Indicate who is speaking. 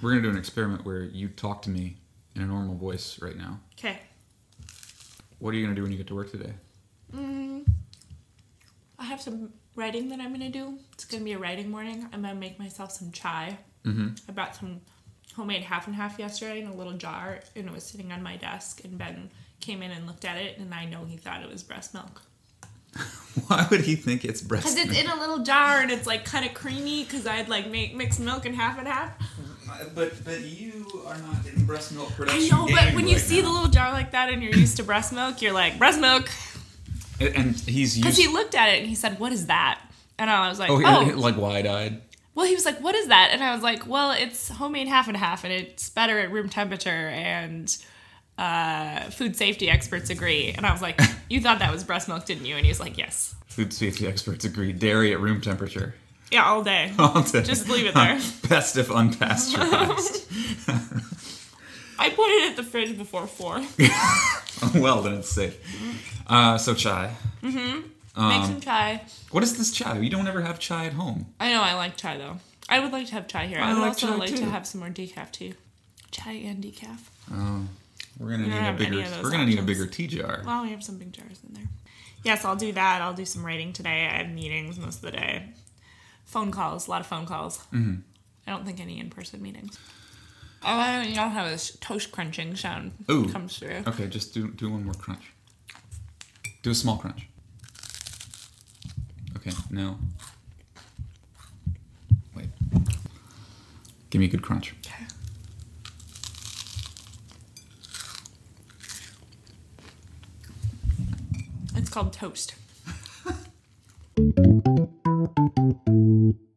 Speaker 1: we're gonna do an experiment where you talk to me in a normal voice right now.
Speaker 2: Okay.
Speaker 1: What are you gonna do when you get to work today?
Speaker 2: Mm, I have some writing that I'm going to do. It's going to be a writing morning. I'm going to make myself some chai.
Speaker 1: Mm-hmm.
Speaker 2: I bought some homemade half and half yesterday in a little jar, and it was sitting on my desk. And Ben came in and looked at it, and I know he thought it was breast milk
Speaker 1: Why would he think it's breast
Speaker 2: because it's
Speaker 1: milk?
Speaker 2: in a little jar and it's like kind of creamy. Because I'd like make mixed milk and half and half.
Speaker 1: Uh, but but you are not in breast milk
Speaker 2: I
Speaker 1: production.
Speaker 2: know, but when you see the little jar like that and you're used to breast milk, you're like breast milk.
Speaker 1: the and, and he's used.
Speaker 2: Because he looked at it and he said, "What is that?" And I was like,
Speaker 1: oh,
Speaker 2: "Oh,
Speaker 1: he- like wide-eyed.
Speaker 2: well." He was like, "What is that?" And I was like, "Well, it's homemade half and half, and it's better at room temperature, and uh, food safety experts agree." And I was like, "You thought that was breast milk, didn't you?" And he was like, "Yes,
Speaker 1: Food safety experts agree. Dairy at room temperature.
Speaker 2: yeah, all day."
Speaker 1: All day.
Speaker 2: Just leave it there.
Speaker 1: Best if unpasteurized.
Speaker 2: I put it at the fridge before four.
Speaker 1: well, then it's safe. Uh, so chai.
Speaker 2: Make
Speaker 1: Um,
Speaker 2: some chai.
Speaker 1: What is this chai? You don't ever have chai at home.
Speaker 2: I know I like chai though. I would like to have chai here.
Speaker 1: I
Speaker 2: I would
Speaker 1: like
Speaker 2: also
Speaker 1: chai,
Speaker 2: like
Speaker 1: too.
Speaker 2: to have some more decaf tea. Chai and decaf.
Speaker 1: Oh, we're gonna need a
Speaker 2: have
Speaker 1: bigger.
Speaker 2: any of those
Speaker 1: We're gonna need a
Speaker 2: options.
Speaker 1: bigger tea jar.
Speaker 2: Well, we have some big jars in there. Yes, I'll do that. I'll do some writing today. I have meetings most of the day. Phone calls, a lot of phone calls. Mm-hmm. I don't think any in person meetings. Oh, I don't know how this toast crunching sound
Speaker 1: Ooh.
Speaker 2: comes through.
Speaker 1: Okay, just do do one more crunch. Do a small crunch. Okay, now. Wait. Give me a good crunch.
Speaker 2: Okay. It's called toast.